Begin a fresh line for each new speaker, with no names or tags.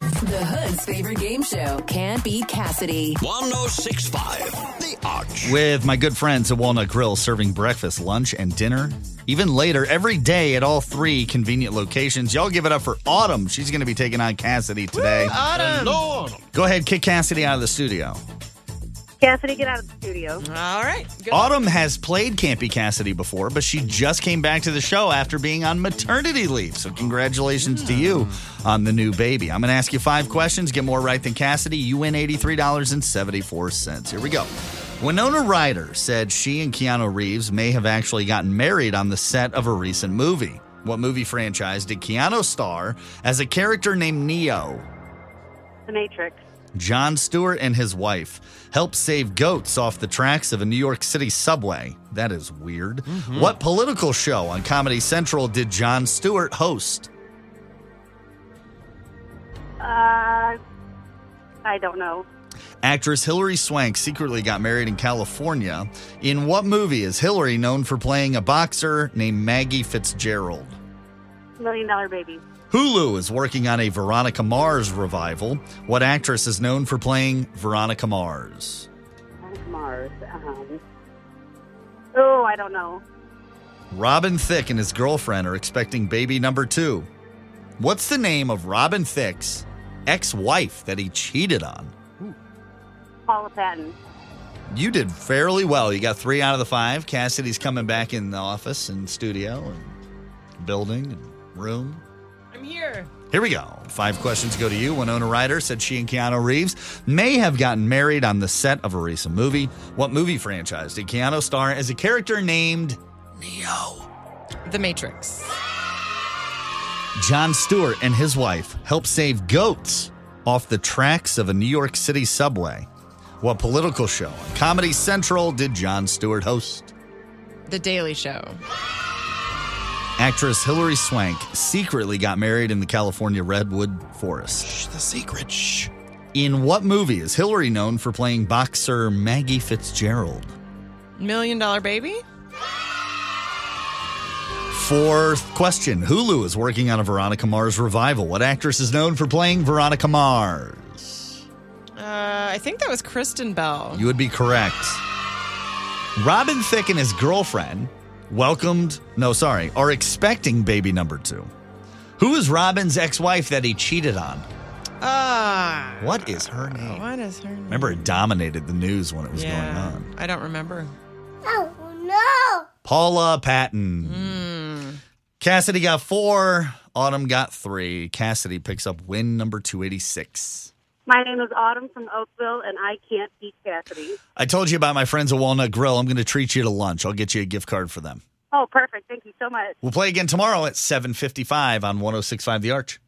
The Hood's favorite game show can't beat Cassidy.
1065 The Arch.
with my good friends at Walnut Grill, serving breakfast, lunch, and dinner. Even later, every day at all three convenient locations. Y'all give it up for Autumn. She's going to be taking on Cassidy today.
Autumn.
Lord.
Go ahead, kick Cassidy out of the studio.
Cassidy, get out of the studio.
All right. Good
Autumn has played Campy Cassidy before, but she just came back to the show after being on maternity leave. So, congratulations to you on the new baby. I'm going to ask you five questions. Get more right than Cassidy. You win $83.74. Here we go. Winona Ryder said she and Keanu Reeves may have actually gotten married on the set of a recent movie. What movie franchise did Keanu star as a character named Neo?
The Matrix.
John Stewart and his wife helped save goats off the tracks of a New York City subway. That is weird. What political show on Comedy Central did John Stewart host?
Uh, I don't know.
Actress Hilary Swank secretly got married in California. In what movie is Hilary known for playing a boxer named Maggie Fitzgerald?
Million Dollar Baby.
Hulu is working on a Veronica Mars revival. What actress is known for playing Veronica Mars?
Planet Mars. Um, oh, I don't know.
Robin Thicke and his girlfriend are expecting baby number two. What's the name of Robin Thicke's ex wife that he cheated on?
Paula Patton.
You did fairly well. You got three out of the five. Cassidy's coming back in the office and studio and building and room.
I'm here.
Here we go. Five questions go to you. Winona Ryder said she and Keanu Reeves may have gotten married on the set of a recent movie. What movie franchise did Keanu star as a character named Neo?
The Matrix.
John Stewart and his wife helped save goats off the tracks of a New York City subway. What political show on Comedy Central did John Stewart host?
The Daily Show.
Actress Hilary Swank secretly got married in the California Redwood Forest.
Shh, the secret. Shh.
In what movie is Hilary known for playing boxer Maggie Fitzgerald?
Million Dollar Baby.
Fourth question Hulu is working on a Veronica Mars revival. What actress is known for playing Veronica Mars?
Uh, I think that was Kristen Bell.
You would be correct. Robin Thicke and his girlfriend welcomed, no, sorry, are expecting baby number two. Who is Robin's ex wife that he cheated on?
Ah.
What is her name?
What is her name?
Remember, it dominated the news when it was going
Yeah.
on.
I don't remember.
Paula Patton. Cassidy got four. Autumn got three. Cassidy picks up win number 286.
My name is Autumn from Oakville, and I can't beat Cassidy.
I told you about my friends at Walnut Grill. I'm going to treat you to lunch. I'll get you a gift card for them.
Oh, perfect. Thank you so much.
We'll play again tomorrow at 7:55 on 106.5 The Arch.